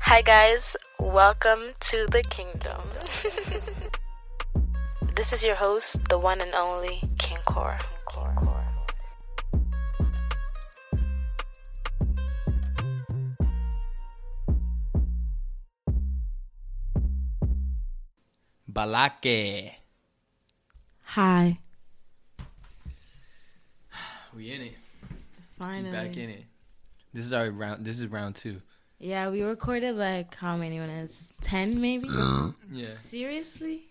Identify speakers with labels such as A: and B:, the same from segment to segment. A: Hi, guys. Welcome to the kingdom. this is your host, the one and only King Core.
B: Balake.
C: Hi.
B: We in it. We
C: Finally.
B: back in it. This is our round. This is round two.
C: Yeah, we recorded like how many minutes? Ten maybe?
B: Yeah,
C: Seriously?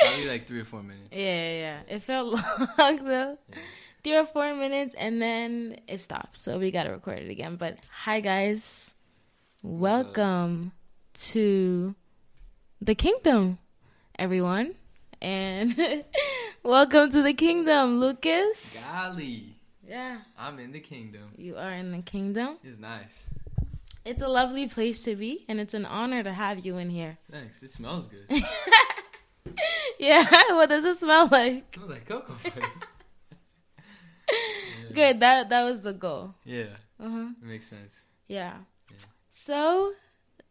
B: probably like three or four minutes.
C: Yeah, yeah, yeah. It felt long though. Three or four minutes and then it stopped. So we gotta record it again. But hi guys.
B: up?
C: Welcome to the kingdom, everyone. And welcome to the kingdom, Lucas.
B: Golly,
C: Yeah.
B: I'm in the kingdom.
C: You are in the kingdom.
B: It's nice.
C: It's a lovely place to be, and it's an honor to have you in here.
B: Thanks. It smells good. It
C: Yeah, what does it smell like?
B: smells like cocoa butter.
C: Good. That that was the goal.
B: Yeah,
C: Uh-huh.
B: it makes sense.
C: Yeah. So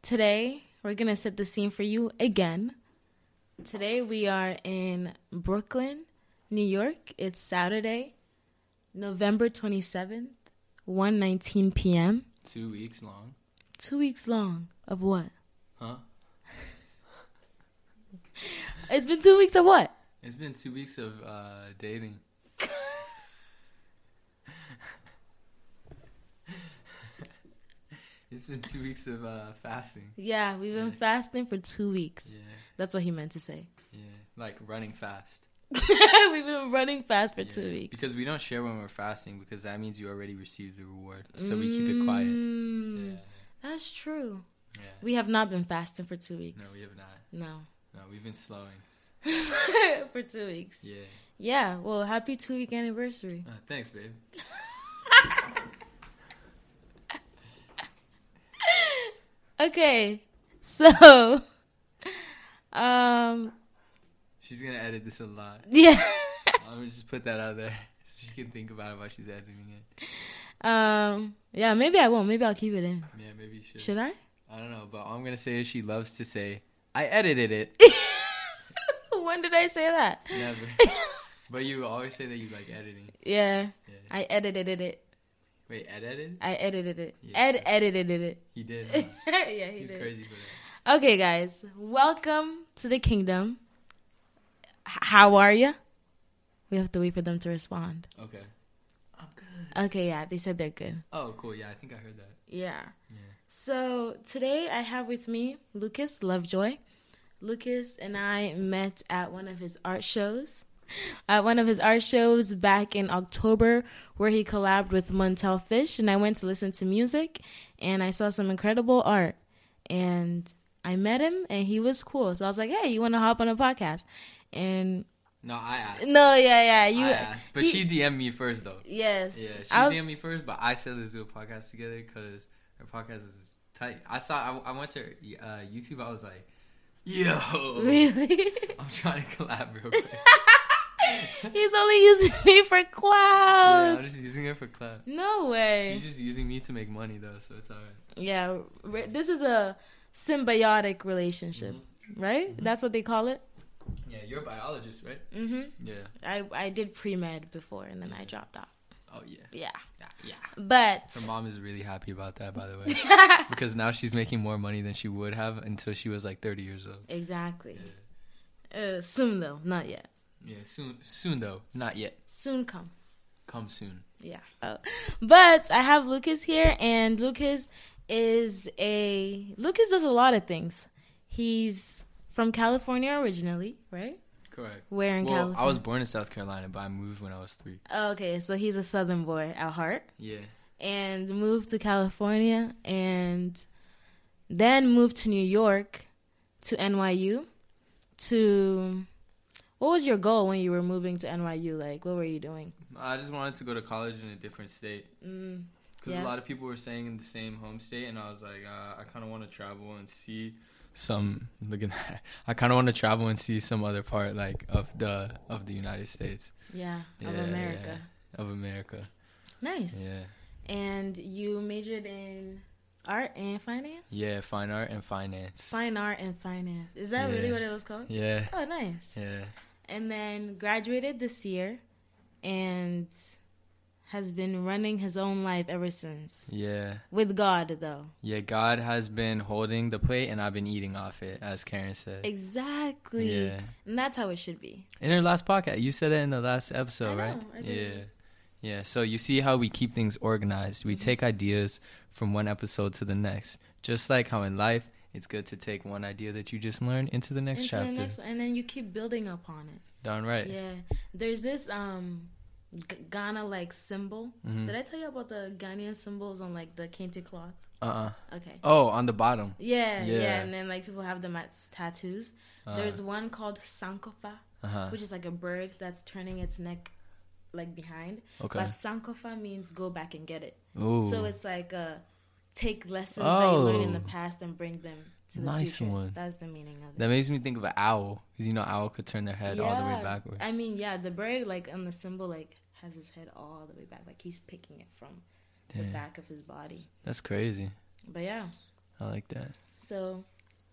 C: today we're gonna set the scene for you again. Today we are in Brooklyn, New York. It's Saturday, November twenty seventh, one nineteen p.m.
B: Two weeks long,
C: Two weeks long of what?
B: huh?
C: It's been two weeks of what?
B: It's been two weeks of uh, dating. it's been two weeks of uh, fasting.
C: Yeah, we've been
B: Yeah.
C: fasting for two weeks.
B: Yeah,
C: That's what he meant to say.
B: yeah, like running fast.
C: we've been running fast for
B: Yeah,
C: two weeks.
B: Because we don't share when we're fasting because that means you already received the reward. So we keep it quiet. Yeah.
C: Mm, That's true.
B: Yeah.
C: We have not been fasting for two weeks.
B: No, we have not.
C: No.
B: No, we've been slowing.
C: for two weeks. Yeah.
B: Yeah.
C: well, happy two week anniversary.
B: Uh, thanks, babe.
C: Okay, so, um,
B: She's going to edit this a lot.
C: yeah,
B: I'm going to just put that out there so she can think about it while she's editing it.
C: um, yeah, maybe I won't. Maybe I'll keep it in.
B: Yeah, maybe you should.
C: Should I?
B: I don't know, but all I'm going to say is she loves to say, I edited it.
C: when did I say that?
B: Never. but you always say that you like editing.
C: Yeah,
B: Yeah.
C: I edited it.
B: Wait, ed edited?
C: I edited it.
B: Yeah,
C: Ed
B: sure.
C: edited it.
B: He did.
C: yeah,
B: Huh?
C: he
B: He's
C: did.
B: crazy for that.
C: Okay, guys, welcome to the kingdom. H- how are you? We have to wait for them to respond.
B: Okay. I'm good.
C: Okay, yeah, they said they're good.
B: Oh, cool. Yeah, I think I heard that.
C: Yeah.
B: Yeah.
C: So today I have with me Lucas Lovejoy. Lucas and I met at one of his art shows. At one of his art shows back in October, where he collabed with Montel Fish, and I went to listen to music, and I saw some incredible art, and I met him, and he was cool. So I was like, "Hey, you want to hop on a podcast?" And
B: No, I asked.
C: no, yeah, yeah, you,
B: I asked, but
C: he-
B: she DM'd me first though.
C: yes,
B: Yeah, she
C: I was-
B: DM'd me first, but I said let's do a podcast together because her podcast is tight. I saw, I, I went to her uh, YouTube. I was like, yo,
C: really.
B: I'm trying to collab real quick.
C: He's only using me for
B: yeah,
C: clout.
B: I'm just using her for collab.
C: No way.
B: She's just using me to make money though, so it's alright.
C: Yeah, re- this is a symbiotic relationship,
B: Mm-hmm.
C: right? That's what they call it.
B: Yeah, you're a biologist, right?
C: hmm
B: Yeah.
C: I I did pre med before, and then I dropped out.
B: Oh yeah.
C: Yeah,
B: yeah. Yeah.
C: but
B: Her mom is really happy about that, by the way, because now she's making more money than she would have until she was like 30 years old.
C: exactly. Uh, soon though, not yet.
B: Yeah, soon, soon though, not yet.
C: Soon come.
B: Come soon.
C: Yeah. Uh, but I have Lucas here, and Lucas is a Lucas does a lot of things. He's from California originally, right?
B: Correct.
C: Where in
B: well,
C: California? Oh,
B: I was born in South Carolina, but I moved when I was three.
C: okay, so he's a Southern boy at heart.
B: Yeah.
C: and moved to California and then moved to New York to NYU to what was your goal when you were moving to NYU like what were you doing
B: I just wanted to go to college in a different state
C: mm,
B: because
C: Yeah.
B: a lot of people were staying in the same home state, and I was like, uh, I kind of want to travel and see some. Look at that. I kind of want to travel and see some other part, like of the of the United States
C: yeah, of
B: Yeah,
C: America
B: of America.
C: nice
B: Yeah.
C: and you majored in Art and finance?
B: Yeah, fine art and finance.
C: Fine art and finance. Is that really
B: Yeah.
C: what it was called?
B: Yeah,
C: Oh, nice.
B: yeah.
C: And then graduated this year and has been running his own life ever since.
B: Yeah.
C: With God, though.
B: Yeah, God has been holding the plate and I've been eating off it, as Karen said.
C: Exactly.
B: Yeah.
C: And that's how it should be.
B: In her last podcast, you said it in the last episode,
C: I
B: right?
C: know, I
B: yeah.
C: did.
B: Yeah, so you see how we keep things organized.
C: Mm-hmm.
B: We take ideas from one episode to the next. Just like how in life, it's good to take one idea that you just learned into the next
C: Into the
B: chapter.
C: next one. And then you keep building upon it.
B: Darn right.
C: Yeah. There's this um G- Ghana like symbol.
B: Mm-hmm. Hmm.
C: Did I tell you about the Ghanaian symbols on like the kente cloth?
B: Uh-uh.
C: Okay.
B: Oh, on the bottom.
C: Yeah, yeah,
B: Yeah.
C: and then like people have them as tattoos. There's one called Sankofa,
B: Uh-huh.
C: which is like a bird that's turning its neck like behind.
B: Okay.
C: But Sankofa means go back and get it.
B: Ooh.
C: So it's like uh take lessons that you learned in the
B: Oh.
C: past and bring them to the
B: Nice
C: future.
B: one.
C: That's the meaning of it.
B: that makes me think of an owl. Because you know, owl could turn their head all the way
C: Yeah.
B: backwards.
C: I mean, yeah, the bird like on the symbol like has his head all the way back, like he's picking it from the
B: Damn.
C: back of his body.
B: That's crazy.
C: But yeah,
B: I like that.
C: so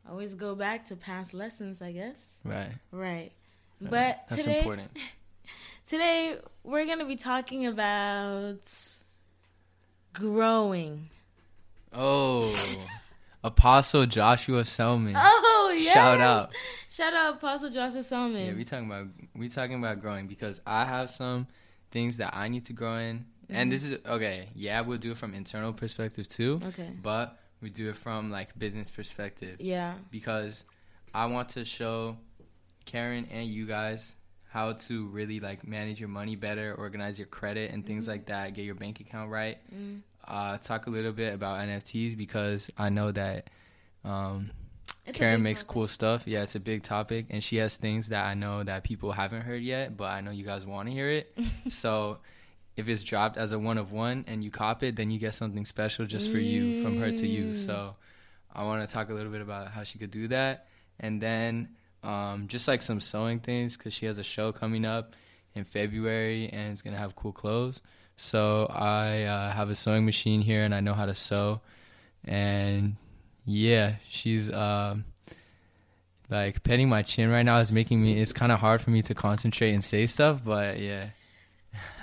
C: always go back to past lessons, I guess.
B: Right.
C: Right. But
B: Uh, That's
C: today,
B: important.
C: today we're gonna be talking about growing.
B: Oh, Apostle Joshua Selman.
C: Oh yeah!
B: Shout out.
C: Shout out, Apostle Joshua Solomon.
B: Yeah, we talking about we talking about growing because I have some things that I need to grow in, and this is okay. Yeah, we'll do it from internal perspective too.
C: Okay.
B: But we do it from like business perspective
C: Mm-hmm. yeah,
B: because I want to show Karen and you guys how to really like manage your money better, organize your credit and things like that, get your bank account right. Uh, talk a little bit about NFTs because I know that um,
C: It's a
B: Karen
C: big
B: makes
C: topic.
B: cool stuff. Yeah, it's a big topic, and she has things that I know that people haven't heard yet, but I know you guys want to hear it. so. If it's dropped as a one of one and you cop it, then you get something special just for you from her to you. So I want to talk a little bit about how she could do that, and then um, just like some sewing things because she has a show coming up in February and it's gonna have cool clothes. So I uh, have a sewing machine here and I know how to sew, and yeah, she's um, like petting my chin right now is making me. It's kind of hard for me to concentrate and say stuff, but yeah,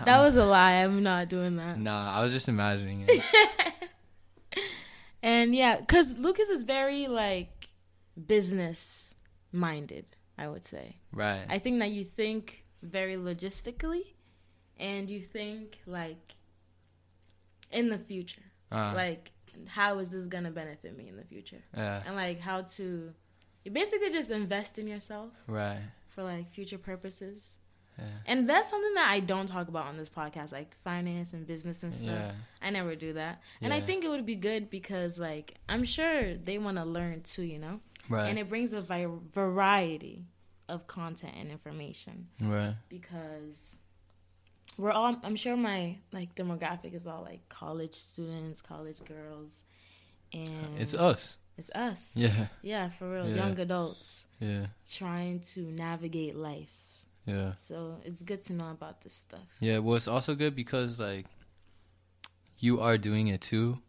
C: that was a lie. I'm not doing that.
B: nah, I was just imagining it.
C: And yeah, because Lucas is very like business minded. I would say.
B: right.
C: I think that you think very logistically, and you think like in the future,
B: Uh,
C: like how is this gonna benefit me in the future,
B: yeah,
C: and like how to you basically just invest in yourself
B: right.
C: for like future purposes.
B: Yeah.
C: And that's something that I don't talk about on this podcast, like finance and business and stuff.
B: Yeah.
C: I never do that. And I
B: Yeah.
C: think it would be good because, like, I'm sure they want to learn too, you know?
B: Right.
C: And it brings a vi- variety of content and information
B: right.
C: because we're all i'm sure my like demographic is all like college students college girls and
B: It's us.
C: it's us yeah,
B: Yeah.
C: for real
B: Yeah.
C: young adults
B: Yeah.
C: trying to navigate life
B: Yeah.
C: so it's good to know about this stuff
B: Yeah, well, it's also good because like you are doing it too,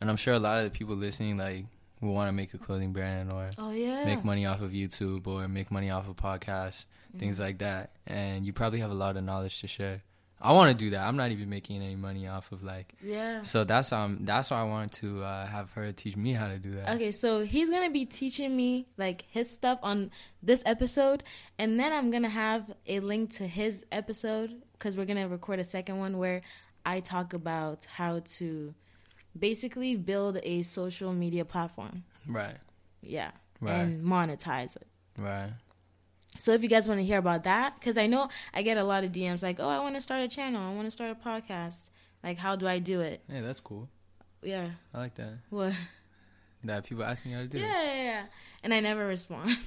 B: and I'm sure a lot of the people listening like will want to make a clothing brand or
C: oh yeah
B: make money off of YouTube or make money off of podcasts,
C: Mm-hmm.
B: things like that. And you probably have a lot of knowledge to share. I want to do that. I'm not even making any money off of like.
C: yeah
B: So that's um that's why I wanted to uh, have her teach me how to do that.
C: okay so he's gonna be teaching me like his stuff on this episode and then i'm gonna have a link to his episode because we're gonna record a second one where i talk about how to basically build a social media platform
B: Right.
C: yeah
B: Right.
C: and monetize it
B: Right.
C: so if you guys want to hear about that because i know i get a lot of dms like oh i want to start a channel i want to start a podcast like how do i do it
B: Yeah, that's cool.
C: yeah
B: I like that.
C: what
B: That people asking you how to do
C: yeah
B: it.
C: yeah, yeah. and i never respond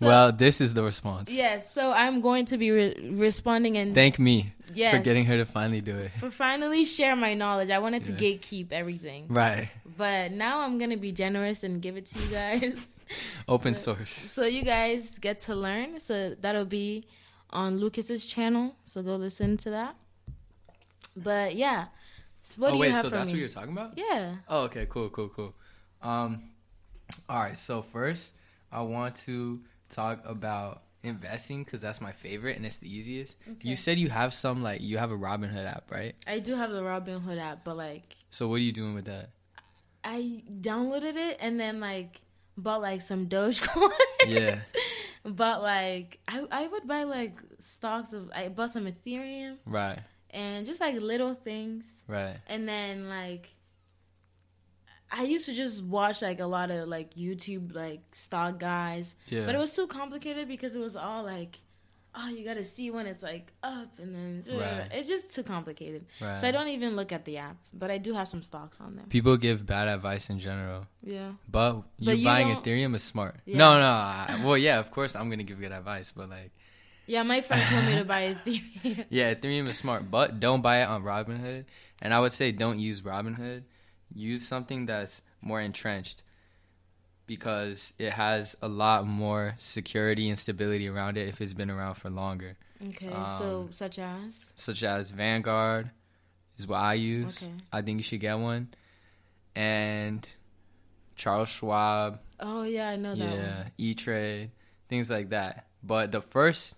B: well, this is the response.
C: Yes, so I'm going to be re- responding and
B: Thank me for
C: Yes.
B: getting her to finally do it.
C: for finally share my knowledge. I wanted to
B: Yeah.
C: gatekeep everything,
B: Right.
C: but now I'm going to be generous and give it to you guys.
B: Open source.
C: so you guys get to learn. So that'll be on Lucas's channel. So go listen to that. But yeah, So what
B: oh
C: do
B: wait,
C: you have
B: so
C: for
B: that's
C: me?
B: what you're talking about?
C: yeah.
B: Oh, okay, cool, cool, cool. Um, all right. So first, I want to talk about investing because that's my favorite and it's the easiest. You said you have some like you have a Robinhood app, right?
C: I do have the Robinhood app, but like
B: So what are you doing with that?
C: I downloaded it and then like bought like some Dogecoin.
B: Yeah.
C: But like I I would buy like stocks of I bought some Ethereum
B: Right,
C: and just like little things.
B: right.
C: And then like I used to just watch like a lot of like YouTube like stock guys.
B: Yeah.
C: But it was too complicated because it was all like oh you gotta see when it's like up and then
B: Right.
C: it's just too complicated.
B: right.
C: So I don't even look at the app. But I do have some stocks on there.
B: People give bad advice in general,
C: Yeah.
B: but you
C: But you
B: buying
C: don't-
B: Ethereum is smart.
C: Yeah.
B: No, no. I, well, yeah, of course I'm gonna give good advice, but like,
C: Yeah, my friend told me to buy Ethereum.
B: yeah, Ethereum is smart, but don't buy it on Robinhood. And I would say don't use Robinhood. Use something that's more entrenched because it has a lot more security and stability around it if it's been around for longer,
C: Okay, so
B: Um,
C: such as
B: such as Vanguard is what I use.
C: Okay.
B: I think you should get one. And Charles Schwab,
C: oh yeah, I know that
B: yeah, E Trade, things like that. But the first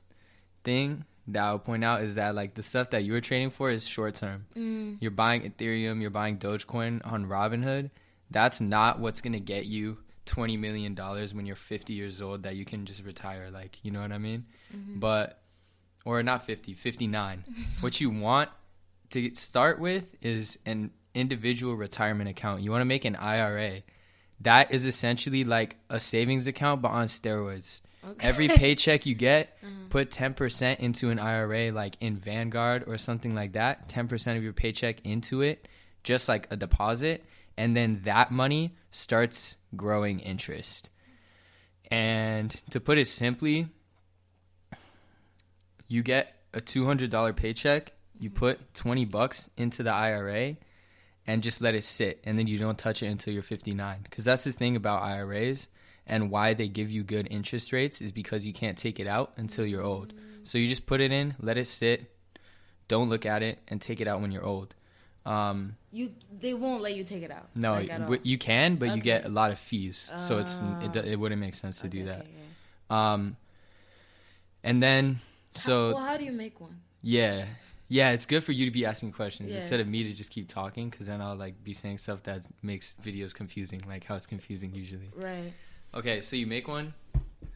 B: thing that I'll point out is that like the stuff that you were trading for is short term.
C: one.
B: You're buying Ethereum, you're buying Dogecoin on Robinhood. That's not what's gonna get you twenty million dollars when you're fifty years old that you can just retire. Like, you know what I mean?
C: Mm-hmm.
B: But or not 50, 59. what you want to get- start with is an individual retirement account. You want to make an IRA. That is essentially like a savings account, but on steroids.
C: Mm, okay.
B: Every paycheck you get, put 10% into an IRA, like in Vanguard or something like that. 10% of your paycheck into it, just like a deposit. And then that money starts growing interest. And to put it simply, you get a $200 paycheck, you put 20 bucks into the IRA and just let it sit and then you don't touch it until you're 59 cuz that's the thing about IRAs and why they give you good interest rates is because you can't take it out until you're old. So you just put it in, let it sit, don't look at it and take it out when you're old. Um,
C: you they won't let you take it out.
B: no,
C: like, at all.
B: w- you can, but
C: Okay.
B: you get a lot of fees, so it's
C: Ah.
B: it, do- it wouldn't make sense to do
C: Okay,
B: that.
C: okay, yeah.
B: Um, and then so
C: well, how do you make one?
B: yeah. Yeah, it's good for you to be asking questions instead of
C: Yes.
B: me to just keep talking because then I'll like be saying stuff that makes videos confusing, like how it's confusing usually.
C: Right.
B: Okay, so you make one.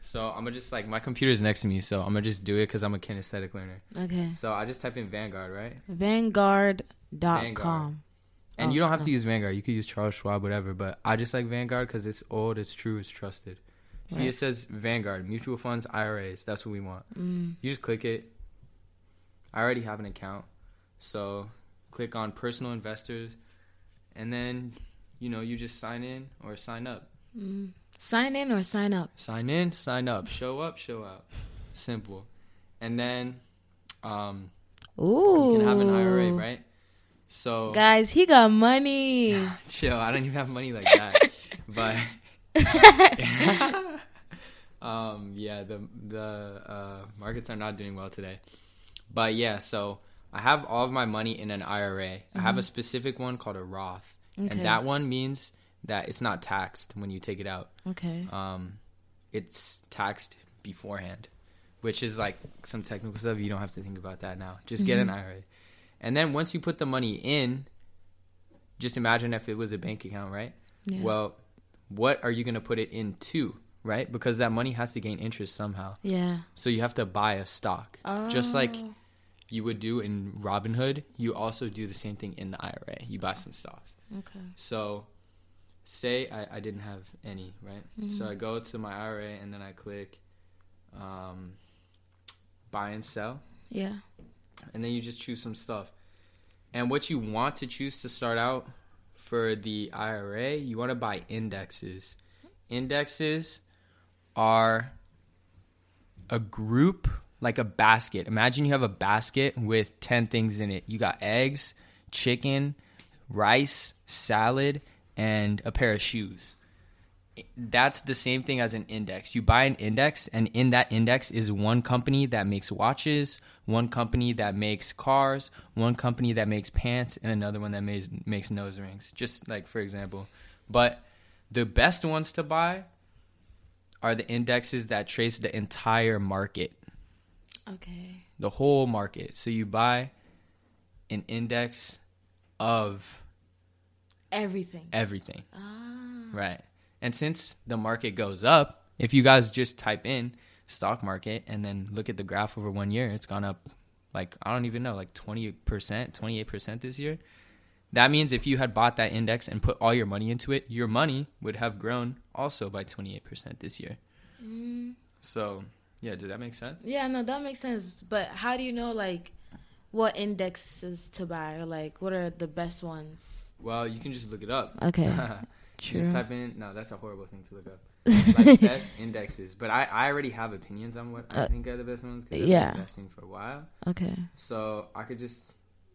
B: So I'm gonna just like my computer's next to me, so I'm gonna just do it because I'm a kinesthetic learner.
C: Okay.
B: So I just type in Vanguard, right?
C: Vanguard.com.
B: Vanguard. And
C: Oh,
B: you don't have
C: no.
B: to use Vanguard. You could use Charles Schwab, whatever. But I just like Vanguard because it's old, it's true, it's trusted. See,
C: Right.
B: it says Vanguard, mutual funds, IRAs. That's what we want.
C: Mm.
B: You just click it. I already have an account. So click on personal investors. And then, you know, you just sign in or sign up.
C: Mm. Sign in or sign up.
B: Sign in, sign up. Show up, show out. Simple. And then um,
C: Ooh.
B: you can have an IRA, right? So,
C: Guys, he got money.
B: chill. I don't even have money like that. but um, yeah, the the uh, markets are not doing well today. But yeah, so I have all of my money in an IRA. I have a specific one called a Roth,
C: Okay.
B: and that one means that it's not taxed when you take it out.
C: okay.
B: Um, it's taxed beforehand, which is like some technical stuff. You don't have to think about that now. Just get
C: Mm-hmm.
B: an IRA, and then once you put the money in, just imagine if it was a bank account, right?
C: Yeah.
B: Well, what are you going to put it into, right? Because that money has to gain interest somehow.
C: yeah.
B: So you have to buy a stock. Just like
C: Oh.
B: you would do in Robinhood, you also do the same thing in the IRA. You buy some stocks.
C: Okay.
B: So say I, I didn't have any, right? So I go to my IRA and then I click um, buy and sell.
C: Yeah.
B: And then you just choose some stuff. And what you want to choose to start out for the IRA, you want to buy indexes. Indexes are a group like a basket. Imagine you have a basket with 10 things in it. You got eggs, chicken, rice, salad, and a pair of shoes. that's the same thing as an index. You buy an index, and in that index is one company that makes watches, one company that makes cars, one company that makes pants, and another one that makes makes nose rings. Just like for example, but the best ones to buy are the indexes that trace the entire market,
C: Okay.
B: the whole market. So you buy an index of E
C: Everything.
B: everything.
C: Ah.
B: Right. And since the market goes up, if you guys just type in stock market and then look at the graph over one year, it's gone up like I don't even know, like 20%, 28% this year. That means if you had bought that index and put all your money into it, your money would have grown also by 28% this year. So, yeah, did that make sense?
C: Yeah, no, that makes sense. But how do you know like what indexes to buy or like what are the best ones?
B: Well, you can just look it up.
C: Okay.
B: You Just
C: True.
B: type in. No, that's a horrible thing to look up. like best indexes, but I, I already have opinions on what I
C: Uh,
B: think are the best ones because I've
C: yeah.
B: been investing for a while.
C: Okay.
B: So I could just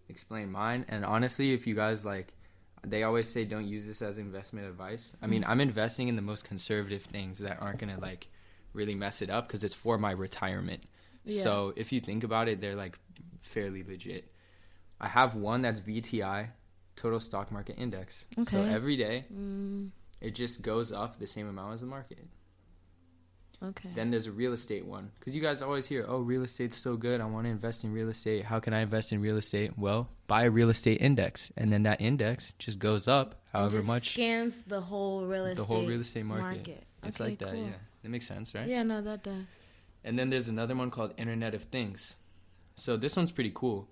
B: explain mine. And honestly, if you guys like, they always say don't use this as investment advice. I mean, I'm investing in the most conservative things that aren't gonna like really mess it up because it's for my retirement.
C: Yeah.
B: So if you think about it, they're like fairly legit. I have one that's VTI, Total Stock Market Index. So
C: Okay.
B: every day
C: Mm,
B: it just goes up the same amount as the market.
C: okay.
B: Then there's a real estate one because you guys always hear, "Oh, real estate's so good. I want to invest in real estate. How can I invest in real estate?" Well, buy a real estate index, and then that index just goes up
C: And
B: however
C: just
B: much
C: scans the whole real estate
B: the whole real estate market. It's
C: Okay,
B: like that,
C: cool.
B: yeah. That makes sense, right?
C: Yeah, no, that does.
B: And then there's another one called Internet of Things. So this one's pretty cool.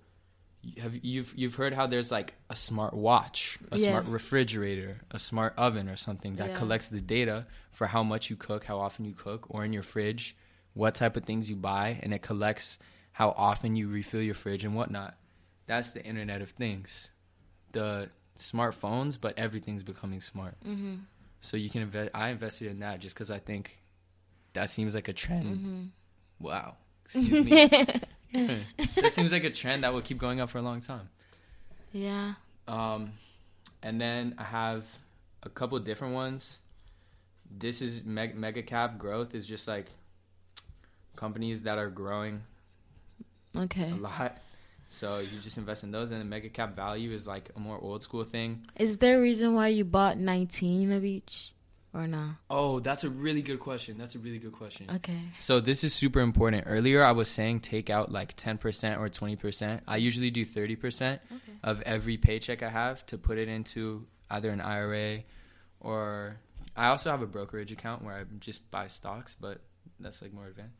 B: You- Have you've you've heard how there's like a smart watch, a
C: Yeah.
B: smart refrigerator, a smart oven or something that
C: Yeah.
B: collects the data for how much you cook, how often you cook, or in your fridge, what type of things you buy, and it collects how often you refill your fridge and whatnot. That's the Internet of Things. The smartphones, but everything's becoming smart.
C: Mm-hmm.
B: So you can invest. I invested in that just because I think that seems like a trend.
C: Mm-hmm.
B: Wow. Excuse me. that seems like a trend that will keep going up for a long time.
C: yeah.
B: Um, and then I have a couple different ones. This is meg- mega cap growth is just like companies that are growing
C: Okay.
B: a lot. So you just invest in those, and the mega cap value is like a more old school thing.
C: Is there a reason why you bought 19 of each or no?
B: Oh, that's a really good question. That's a really good question.
C: Okay.
B: So this is super important. Earlier I was saying take out like 10% or 20%. I usually do 30%
C: Okay.
B: of every paycheck I have to put it into either an IRA or I also have a brokerage account where I just buy stocks, but that's like more advanced.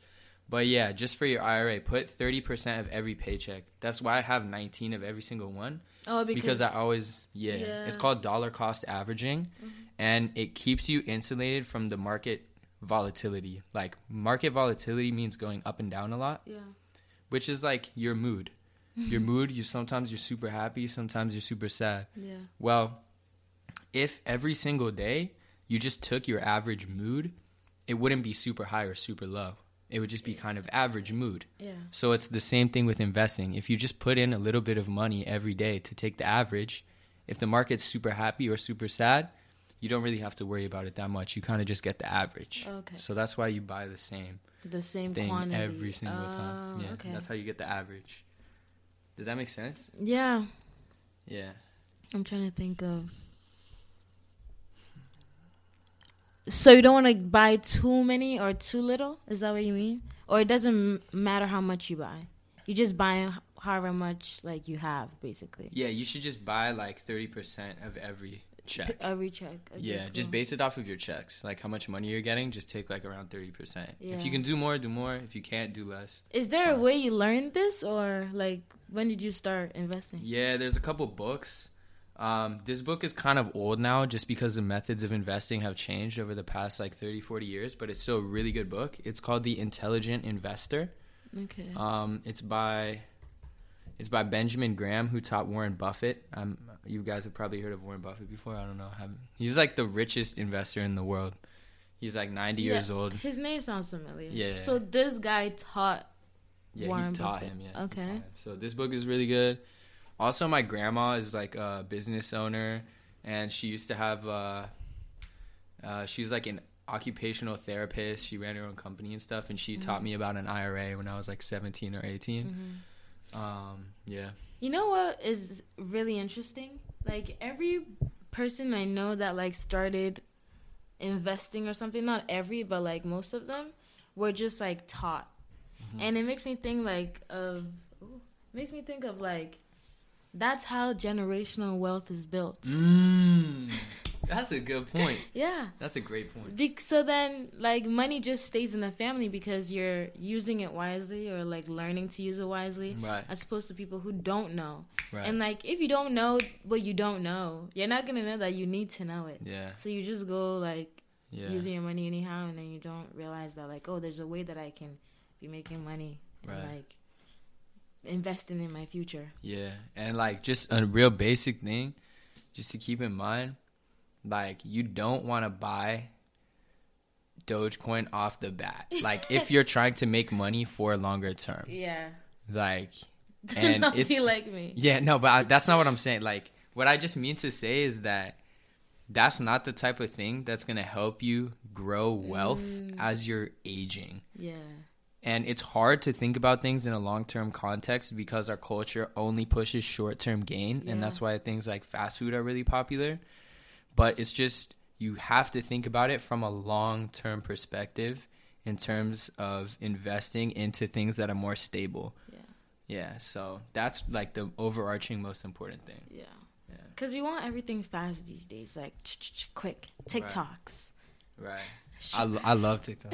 B: But yeah, just for your IRA, put 30% of every paycheck. That's why I have 19 of every single one
C: Oh,
B: because, I always yeah,
C: Yeah.
B: it's called dollar cost averaging and it keeps you insulated from the market volatility. Like market volatility means going up and down a lot,
C: yeah.
B: which is like your mood. Your mood, you sometimes you're super happy, sometimes you're super sad.
C: Yeah.
B: Well, if every single day you just took your average mood, it wouldn't be super high or super low. It would just be kind of average mood.
C: Yeah.
B: So it's the same thing with investing. If you just put in a little bit of money every day to take the average, if the market's super happy or super sad, you don't really have to worry about it that much. You kind of just get the average.
C: Okay.
B: So that's why you buy the same
C: The same
B: thing
C: quantity
B: every single time.
C: Oh,
B: Yeah.
C: Okay.
B: That's how you get the average. Does that make sense?
C: yeah.
B: Yeah.
C: I'm trying to think of. So you don't want to buy too many or too little? Is that what you mean? Or it doesn't m- matter how much you buy. You just buy h- however much like you have, basically.
B: Yeah, you should just buy like 30% of every check.
C: Every check. Okay,
B: Yeah, just
C: cool.
B: base it off of your checks. Like how much money you're getting, just take like around 30%.
C: Yeah.
B: If you can do more, do more. If you can't, do less.
C: Is there a
B: fine.
C: way you learned this, or like when did you start investing?
B: Yeah, there's a couple books. Um, this book is kind of old now just because the methods of investing have changed over the past like 30, 40 years, but it's still a really good book. It's called The Intelligent Investor.
C: Okay.
B: Um, it's by it's by Benjamin Graham who taught Warren Buffett. Um, you guys have probably heard of Warren Buffett before. I don't know. I haven't. He's like the richest investor in the world. He's like 90 years
C: Yeah,
B: old.
C: His name sounds familiar.
B: Yeah.
C: So this guy taught.
B: Yeah,
C: Warren
B: he taught
C: Buffett.
B: him. Yeah. he
C: Okay.
B: taught him. So this book is really good. Also, my grandma is like a business owner, and she used to have. Uh, Uh, she was like an occupational therapist. She ran her own company and stuff, and she
C: Mm-hmm.
B: taught me about an IRA when I was like 17 or 18.
C: Mm-hmm.
B: Um, yeah.
C: You know what is really interesting? Like every person I know that like started investing or something, not every, but like most of them were just like taught. And it makes me think like of ooh, makes me think of like that's how generational wealth is built.
B: Mm, that's a good point.
C: Yeah.
B: That's a great point.
C: Bec- so then like money just stays in the family because you're using it wisely or like learning to use it wisely
B: Right.
C: as opposed to people who don't know
B: Right.
C: and like if you don't know what you don't know you're not gonna know that you need to know it
B: yeah.
C: so you just go like
B: Yeah.
C: using your money anyhow and then you don't realize that like oh there's a way that i can be making money and
B: Right.
C: like investing in my future
B: Yeah, and like just a real basic thing, just to keep in mind, like you don't want to buy Dogecoin off the bat. Like if you're trying to make money for longer term,
C: yeah
B: like and
C: Don't
B: it's
C: be like me
B: yeah, no, but I, that's not what I'm saying. Like what I just mean to say is that that's not the type of thing that's gonna help you grow wealth as you're aging.
C: yeah
B: And it's hard to think about things in a long term context because our culture only pushes short term gain.
C: Yeah.
B: And that's why things like fast food are really popular. But it's just, you have to think about it from a long term perspective in terms of investing into things that are more stable.
C: Yeah.
B: Yeah. So that's like the overarching most important thing.
C: yeah because we want everything fast these days like quick
B: Right.
C: tiktoks
B: Right. I, lo- I love TikTok.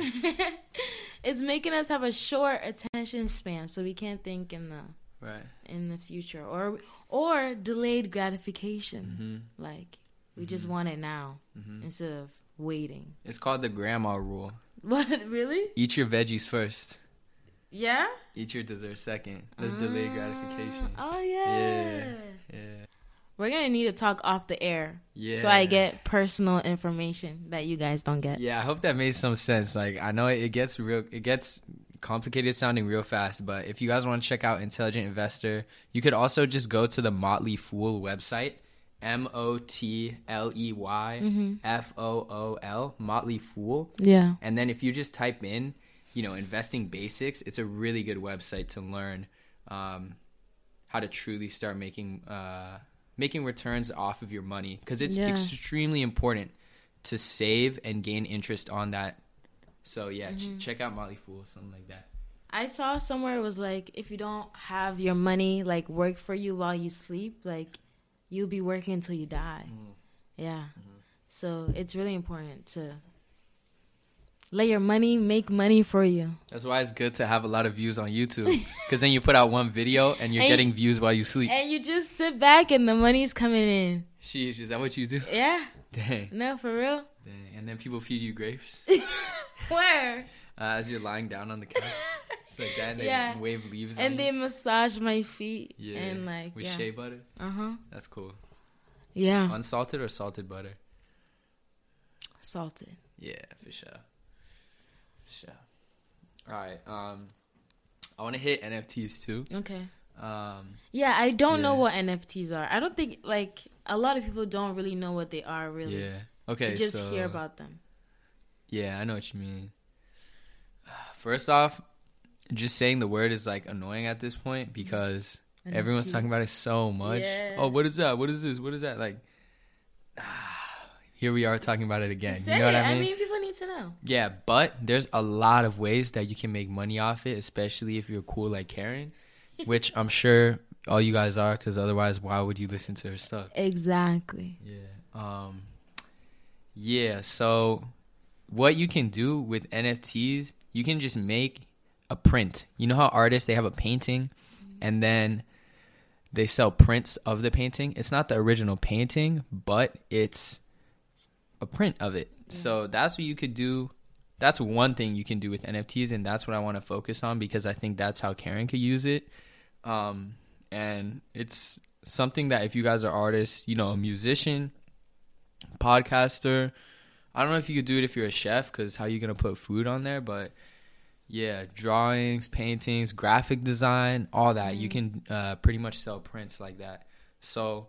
C: it's making us have a short attention span so we can't think in the
B: right.
C: in the future or or delayed gratification
B: Mm-hmm.
C: like we just want it now instead of waiting
B: It's called the grandma rule
C: what really
B: eat your veggies first,
C: yeah
B: eat your dessert second. Let's
C: Mm.
B: delay gratification.
C: Ah, oh yeah.
B: Yeah.
C: we're gonna need to talk off the air
B: Yeah.
C: so i get personal information that you guys don't get
B: Yeah, I hope that made some sense. Like I know it gets real it gets complicated sounding real fast, but if you guys want to check out Intelligent Investor, you could also just go to the Motley Fool website. M O T L E
C: Mm-hmm.
B: Y F O O L Motley Fool.
C: yeah
B: And then if you just type in, you know, investing basics, it's a really good website to learn um, how to truly start making uh, making returns off of your money because it's
C: Yeah.
B: extremely important to save and gain interest on that. So yeah, ch- check out Motley Fool, something like that.
C: I saw somewhere it was like if you don't have your money like work for you while you sleep, like you'll be working until you die. Yeah. So it's really important to let your money make money for you.
B: That's why it's good to have a lot of views on YouTube because then you put out one video and you're
C: And-
B: getting views while you sleep.
C: And you just sit back and the money's coming in.
B: Sheesh, is that what you do?
C: Yeah.
B: Dang,
C: No, for real.
B: dang. And then people feed you grapes
C: Where?
B: uh, as you're lying down on the couch. It's like that, and they
C: Yeah.
B: wave leaves. on
C: And
B: you.
C: they massage my feet.
B: Yeah.
C: And like
B: with
C: yeah.
B: shea butter.
C: Uh-huh.
B: That's cool. Uh,
C: Yeah.
B: Unsalted or salted butter?
C: Salted.
B: Yeah, for sure. For sure. All right. Um, I want to hit NFTs too.
C: Okay.
B: Um,
C: Yeah, I don't know
B: Yeah.
C: what NFTs are. I don't think like a lot of people don't really know what they are really.
B: yeah.
C: You
B: Okay.
C: just
B: so,
C: hear about them.
B: Yeah, I know what you mean. First off, just saying the word is like annoying at this point because everyone's
C: NFT.
B: talking about it so much.
C: Yeah.
B: Oh, what is that? What is this? What is that? Like, here we are talking about it again.
C: Say
B: you know what
C: it.
B: I mean?
C: people need to know.
B: Yeah, but there's a lot of ways that you can make money off it, especially if you're cool like Karen, which I'm sure all you guys are, because otherwise, why would you listen to her stuff?
C: Exactly.
B: Yeah. Um. Yeah. So, what you can do with NFTs, you can just make a print. You know how artists they have a painting, and then they sell prints of the painting. It's not the original painting, but it's a print of it. So that's what you could do. That's one thing you can do with NFTs, and that's what I want to focus on because I think that's how Karen could use it. Um, and it's something that if you guys are artists, you know, a musician, podcaster, I don't know if you could do it if you're a chef because how you gonna put food on there, but yeah, drawings, paintings, graphic design, all that you can uh, pretty much sell prints like that. So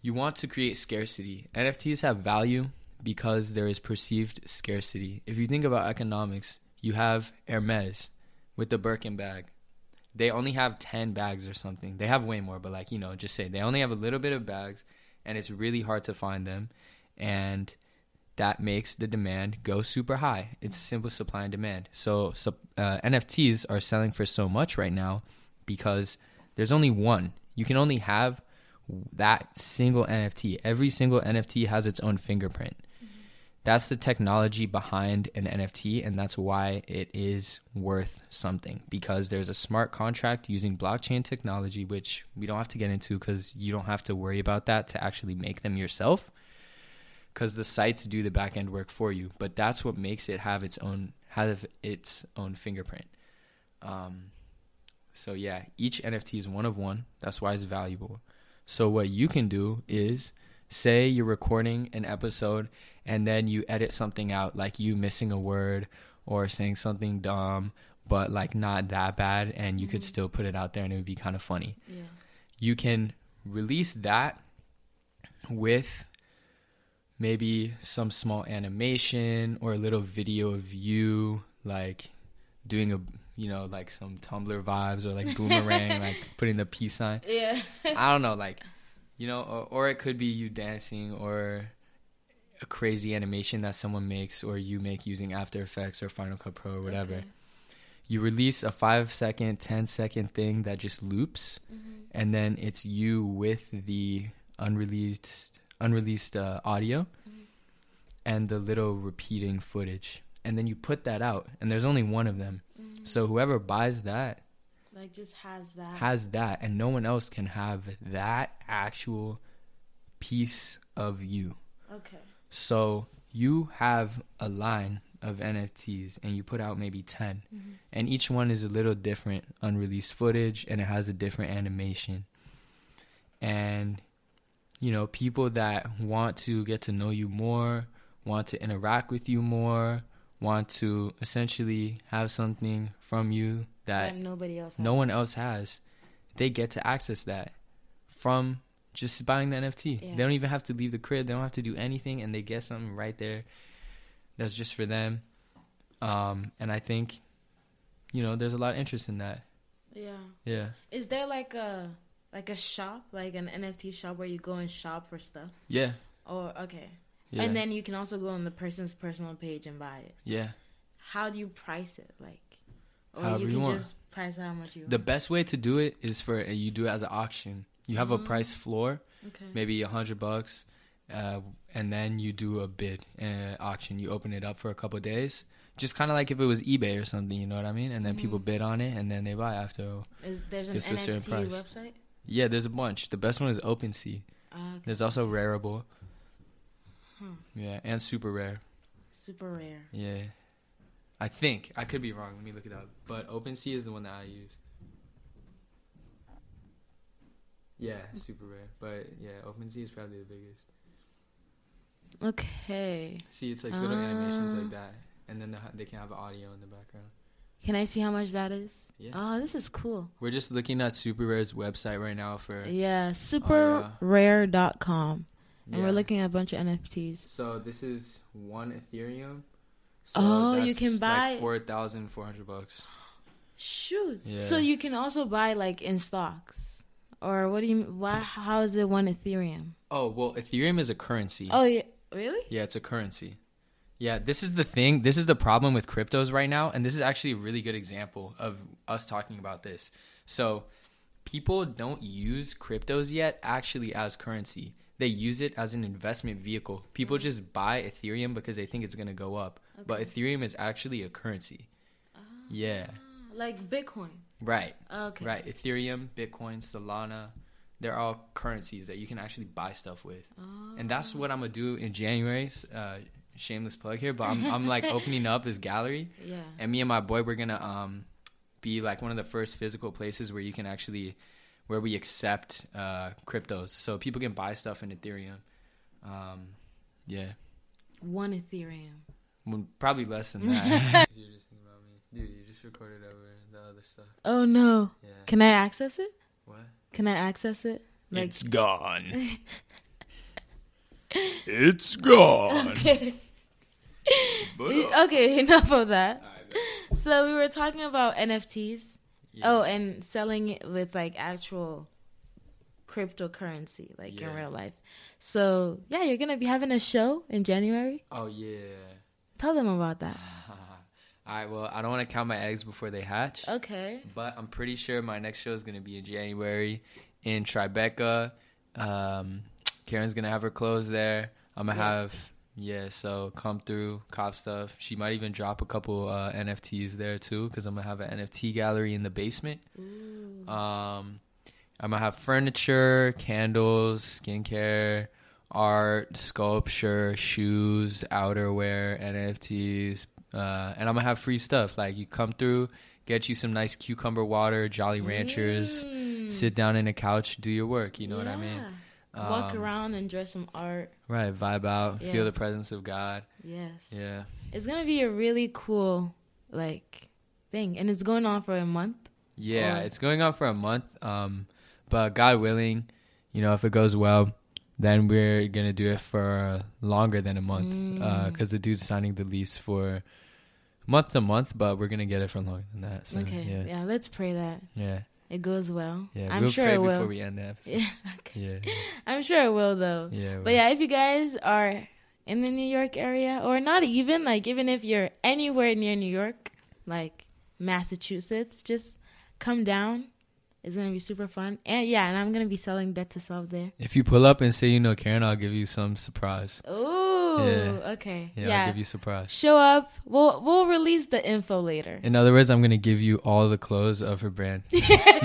B: you want to create scarcity. NFTs have value because there is perceived scarcity. If you think about economics, you have Hermes with the Birkin bag. They only have 10 bags or something. They have way more, but like, you know, just say they only have a little bit of bags and it's really hard to find them. And that makes the demand go super high. It's simple supply and demand. So, sup- uh, NFTs are selling for so much right now because there's only one. You can only have that single NFT. Every single NFT has its own fingerprint. That's the technology behind an NFT, and that's why it is worth something because there's a smart contract using blockchain technology, which we don't have to get into because you don't have to worry about that to actually make them yourself because the sites do the back end work for you. But that's what makes it have its own have its own fingerprint. Um, so yeah, each NFT is one of one. That's why it's valuable. So what you can do is say you're recording an episode and then you edit something out, like you missing a word or saying something dumb, but like not that bad, and you could still put it out there and it would be kind of funny.
C: Yeah.
B: You can release that with maybe some small animation or a little video of you like doing a you know like some Tumblr vibes or like boomerang like putting the peace sign.
C: Yeah.
B: I don't know like you know or, or it could be you dancing or a crazy animation that someone makes or you make using After Effects or Final Cut Pro or whatever.
C: Okay.
B: You release a five second, ten second thing that just loops and then it's you with the unreleased unreleased uh, audio and the little repeating footage and then you put that out and there's only one of them so whoever buys that
C: Like just has that.
B: has that and no one else can have that actual piece of you
C: okay.
B: so you have a line of NFTs and you put out maybe 10 and each one is a little different unreleased footage and it has a different animation. And you know, people that want to get to know you more, want to interact with you more, want to essentially have something from you that
C: That nobody else.
B: no one
C: has.
B: else has, they get to access that from just buying the NFT.
C: Yeah.
B: They don't even have to leave the crib. They don't have to do anything, and they get something right there that's just for them. Um, and I think, you know, there's a lot of interest in that.
C: Yeah.
B: Yeah.
C: Is there like a like a shop, like an NFT shop where you go and shop for stuff?
B: Yeah.
C: Or okay.
B: Yeah.
C: And then you can also go on the person's personal page and buy it.
B: yeah.
C: How do you price it? Like or
B: However
C: you
B: you
C: can
B: want.
C: just price how much you
B: The best way to do it is for you do it as an auction. You have a
C: Mm-hmm.
B: price floor,
C: want. Okay.
B: maybe a hundred bucks, uh, and then you do a bid uh, auction. You open it up for a couple days, just kind of like if it was eBay or something. You know what I mean? And then people bid on it, and then they buy after.
C: Is there's an
B: It's a certain
C: NFT
B: price.
C: website?
B: Yeah, there's a bunch. The best one is OpenSea.
C: Uh,
B: There's also Rareable.
C: Hmm.
B: Yeah, and Super Rare.
C: super rare.
B: Yeah, I think I could be wrong. Let me look it up. But OpenSea is the one that I use. Yeah, Super Rare. But yeah, OpenSea is probably the biggest.
C: Okay.
B: See, it's like little animations
C: Ah.
B: like that, and then the, they can have audio in the background.
C: Can I see how much that is?
B: Yeah.
C: Oh, this is cool.
B: We're just looking at Super Rare's website right now for.
C: Yeah, superrare.com. And
B: Oh, Yeah.
C: we're looking at a bunch of NFTs.
B: So this is one Ethereum. So
C: Oh, you
B: that's
C: can buy-
B: like four thousand four hundred bucks.
C: Shoot.
B: Yeah.
C: So you can also buy like in stocks. Or what do you why how is it one Ethereum?
B: Oh well, Ethereum is a currency.
C: Oh yeah, really?
B: Yeah, it's a currency. Yeah, this is the thing. This is the problem with cryptos right now. And this is actually a really good example of us talking about this. So, people don't use cryptos yet actually as currency, they use it as an investment vehicle. People just buy Ethereum because they think it's going to go up. But Ethereum is actually a currency. Yeah,
C: Like Bitcoin.
B: right.
C: Okay.
B: Right. Ethereum, Bitcoin, Solana, they're all currencies that you can actually buy stuff with.
C: Oh,
B: And that's what I'm going to do in January. s- Uh, shameless plug here, but I'm, I'm like opening up this gallery.
C: Yeah.
B: And me and my boy, we're going to um, be like one of the first physical places where you can actually, where we accept uh, cryptos. So people can buy stuff in Ethereum. Um, yeah.
C: One Ethereum.
B: Well, Probably less than that. You're just thinking about me. Dude, you just recorded over the other stuff.
C: Oh no.
B: Yeah.
C: Can I access it?
B: What?
C: Can I access it? Like
B: gone. It's gone.
C: Okay. okay, enough of that. So we were talking about NFTs. Oh, and selling it with like actual cryptocurrency, like in
B: Yeah.
C: real life. So yeah, you're gonna be having a show in January.
B: Oh yeah.
C: Tell them about that.
B: All right. Well, I don't want to count my eggs before they hatch,
C: Okay.
B: but I'm pretty sure my next show is gonna be in January in Tribeca. Um, Karen's gonna have her clothes there. I'm gonna
C: Yes.
B: have yeah. So come through, cop stuff. She might even drop a couple uh, NFTs there too, because I'm gonna have an NFT gallery in the basement. Um, I'm gonna have furniture, candles, skincare, art, sculpture, shoes, outerwear, NFTs, uh, and I'm gonna have free stuff. Like you come through, get you some nice cucumber water, Jolly Ranchers,
C: Mm.
B: sit down in a couch, do your work. You know what I mean?
C: Yeah. Walk
B: Um,
C: around and draw some art.
B: Right, vibe out,
C: Yeah.
B: feel the presence of God.
C: Yes.
B: Yeah,
C: It's gonna be a really cool like thing, and it's going on for a month.
B: yeah.
C: Or-
B: It's going on for a month, um, but God willing, you know, if it goes well, then we're gonna do it for longer than a month
C: Mm.
B: because the dude's signing the lease for month to month, but we're gonna get it for longer than that. So,
C: okay. Yeah.
B: Yeah,
C: Let's pray that
B: yeah,
C: it goes well.
B: yeah.
C: I'm
B: we'll
C: sure
B: pray
C: it will.
B: before we end the episode.
C: yeah. Okay.
B: Yeah,
C: I'm sure it will though.
B: yeah.
C: But yeah, if you guys are in the New York area, or not even like even if you're anywhere near New York, like Massachusetts, just come down. It's gonna be super fun, and yeah, and I'm gonna be selling debt to solve there.
B: If you pull up and say you know Karen, I'll give you some surprise.
C: Ooh,
B: Yeah.
C: okay,
B: Yeah,
C: yeah.
B: I'll give you surprise.
C: Show up. We'll we'll release the info later
B: In other words, I'm gonna give you all the clothes of her brand.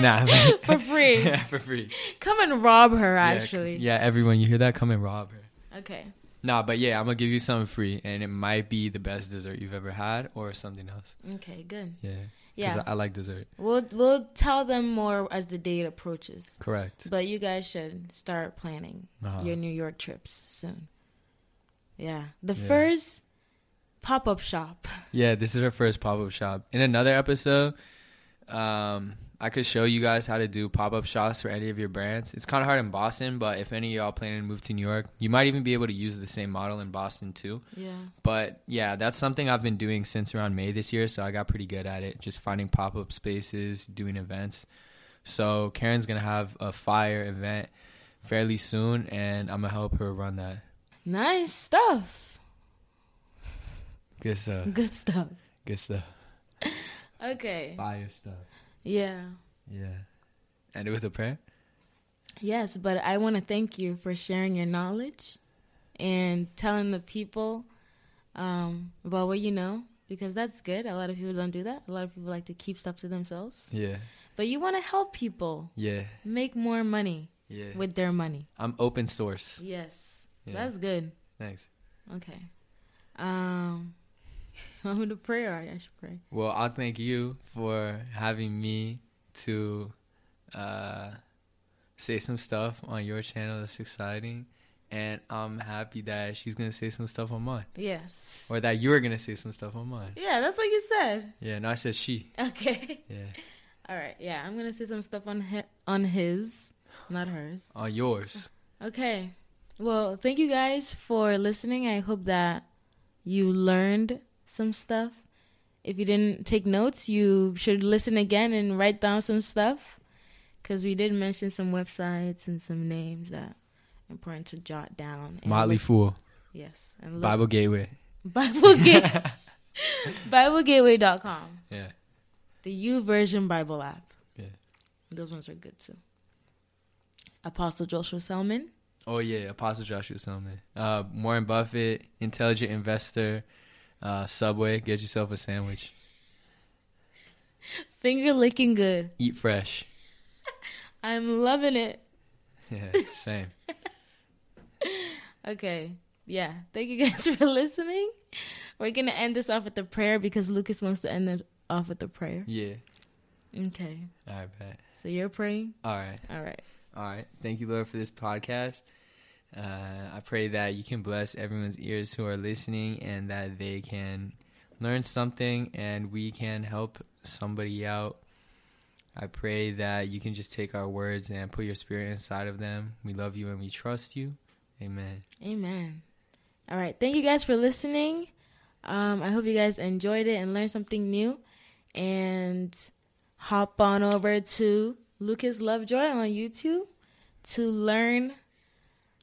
B: nah,
C: for free.
B: yeah, for free.
C: Come and rob her.
B: Yeah,
C: Actually,
B: c- Yeah, everyone, you hear that? Come and rob her.
C: okay.
B: Nah, but yeah, I'm gonna give you something free, and it might be the best dessert you've ever had, or something else.
C: Okay, good.
B: Yeah, 'Cause
C: Yeah,
B: I, I like dessert.
C: we'll we'll tell them more as the date approaches.
B: Correct.
C: But you guys should start planning
B: Uh-huh.
C: your New York trips soon. Yeah. The
B: Yeah.
C: first pop up shop.
B: Yeah, this is our first pop up shop. In another episode, um, I could show you guys how to do pop up shops for any of your brands. It's kind of hard in Boston, but if any of y'all planning to move to New York, you might even be able to use the same model in Boston too.
C: Yeah.
B: But yeah, that's something I've been doing since around May this year, so I got pretty good at it. Just finding pop up spaces, doing events. So Karen's gonna have a fire event fairly soon, and I'm gonna help her run that.
C: Nice stuff.
B: Good stuff.
C: Good stuff.
B: Good stuff.
C: Okay.
B: Fire stuff.
C: Yeah.
B: Yeah. End it with a prayer.
C: Yes, but I want to thank you for sharing your knowledge and telling the people um, about what you know because that's good. A lot of people don't do that. A lot of people like to keep stuff to themselves.
B: Yeah.
C: But you want to help people
B: Yeah.
C: make more money
B: Yeah.
C: with their money.
B: I'm open source.
C: Yes.
B: Yeah.
C: That's good.
B: Thanks.
C: Okay. Um, I'm to pray, or I should pray.
B: Well, I'll thank you for having me to uh, say some stuff on your channel that's exciting. And I'm happy that she's going to say some stuff on mine.
C: Yes.
B: Or that you're going to say some stuff on mine.
C: yeah, that's what you said.
B: Yeah, no, I said she.
C: Okay.
B: Yeah.
C: All right. Yeah, I'm gonna say some stuff on hi- on his, not hers.
B: On yours.
C: Okay. Well, thank you guys for listening. I hope that you learned some stuff. If you didn't take notes, you should listen again and write down some stuff because we did mention some websites and some names that are important to jot down. and
B: Motley
C: look-
B: Fool.
C: Yes. And look-
B: Bible Gateway.
C: Bible Gate BibleGateway.com.
B: Yeah.
C: The U Version Bible app.
B: Yeah.
C: Those ones are good too. Apostle Joshua Selman.
B: Oh yeah, Apostle Joshua Selman. Uh, Warren Buffett, intelligent investor. Uh, Subway, get yourself a sandwich.
C: Finger licking good.
B: Eat fresh.
C: I'm loving it.
B: Yeah, same.
C: Okay. Yeah. Thank you guys for listening. We're gonna end this off with a prayer because Lucas wants to end it off with a prayer.
B: Yeah.
C: Okay.
B: All right, bet.
C: So you're praying?
B: All right.
C: All right.
B: All right. Thank you, Lord, for this podcast. Uh, I pray that you can bless everyone's ears who are listening and that they can learn something and we can help somebody out. I pray that you can just take our words and put your spirit inside of them. We love you and we trust you. Amen.
C: Amen. All right. Thank you guys for listening. Um, I hope you guys enjoyed it and learned something new. And hop on over to Lucas Lovejoy on YouTube to learn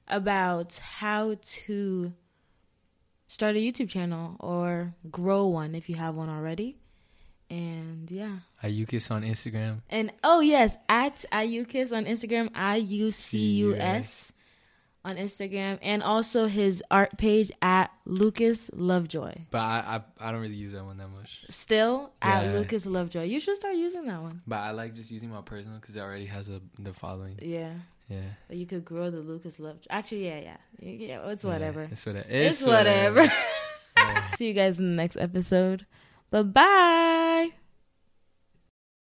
C: about how to start a YouTube channel or grow one if you have one already. And yeah.
B: Ayukis on Instagram.
C: And oh yes, at IUKIS on Instagram, I U C U S on Instagram, and also his art page at Lucas Lovejoy.
B: But I, I I don't really use that one that much.
C: Still at
B: Yeah.
C: Lucas Lovejoy. You should start using that one.
B: But I like just using my personal because it already has a the following.
C: Yeah,
B: Yeah.
C: but you could grow the Lucas Lovejoy. Actually, yeah, yeah, yeah. It's whatever.
B: Yeah, it's whatever.
C: It's whatever. See you guys in the next episode. Bye bye.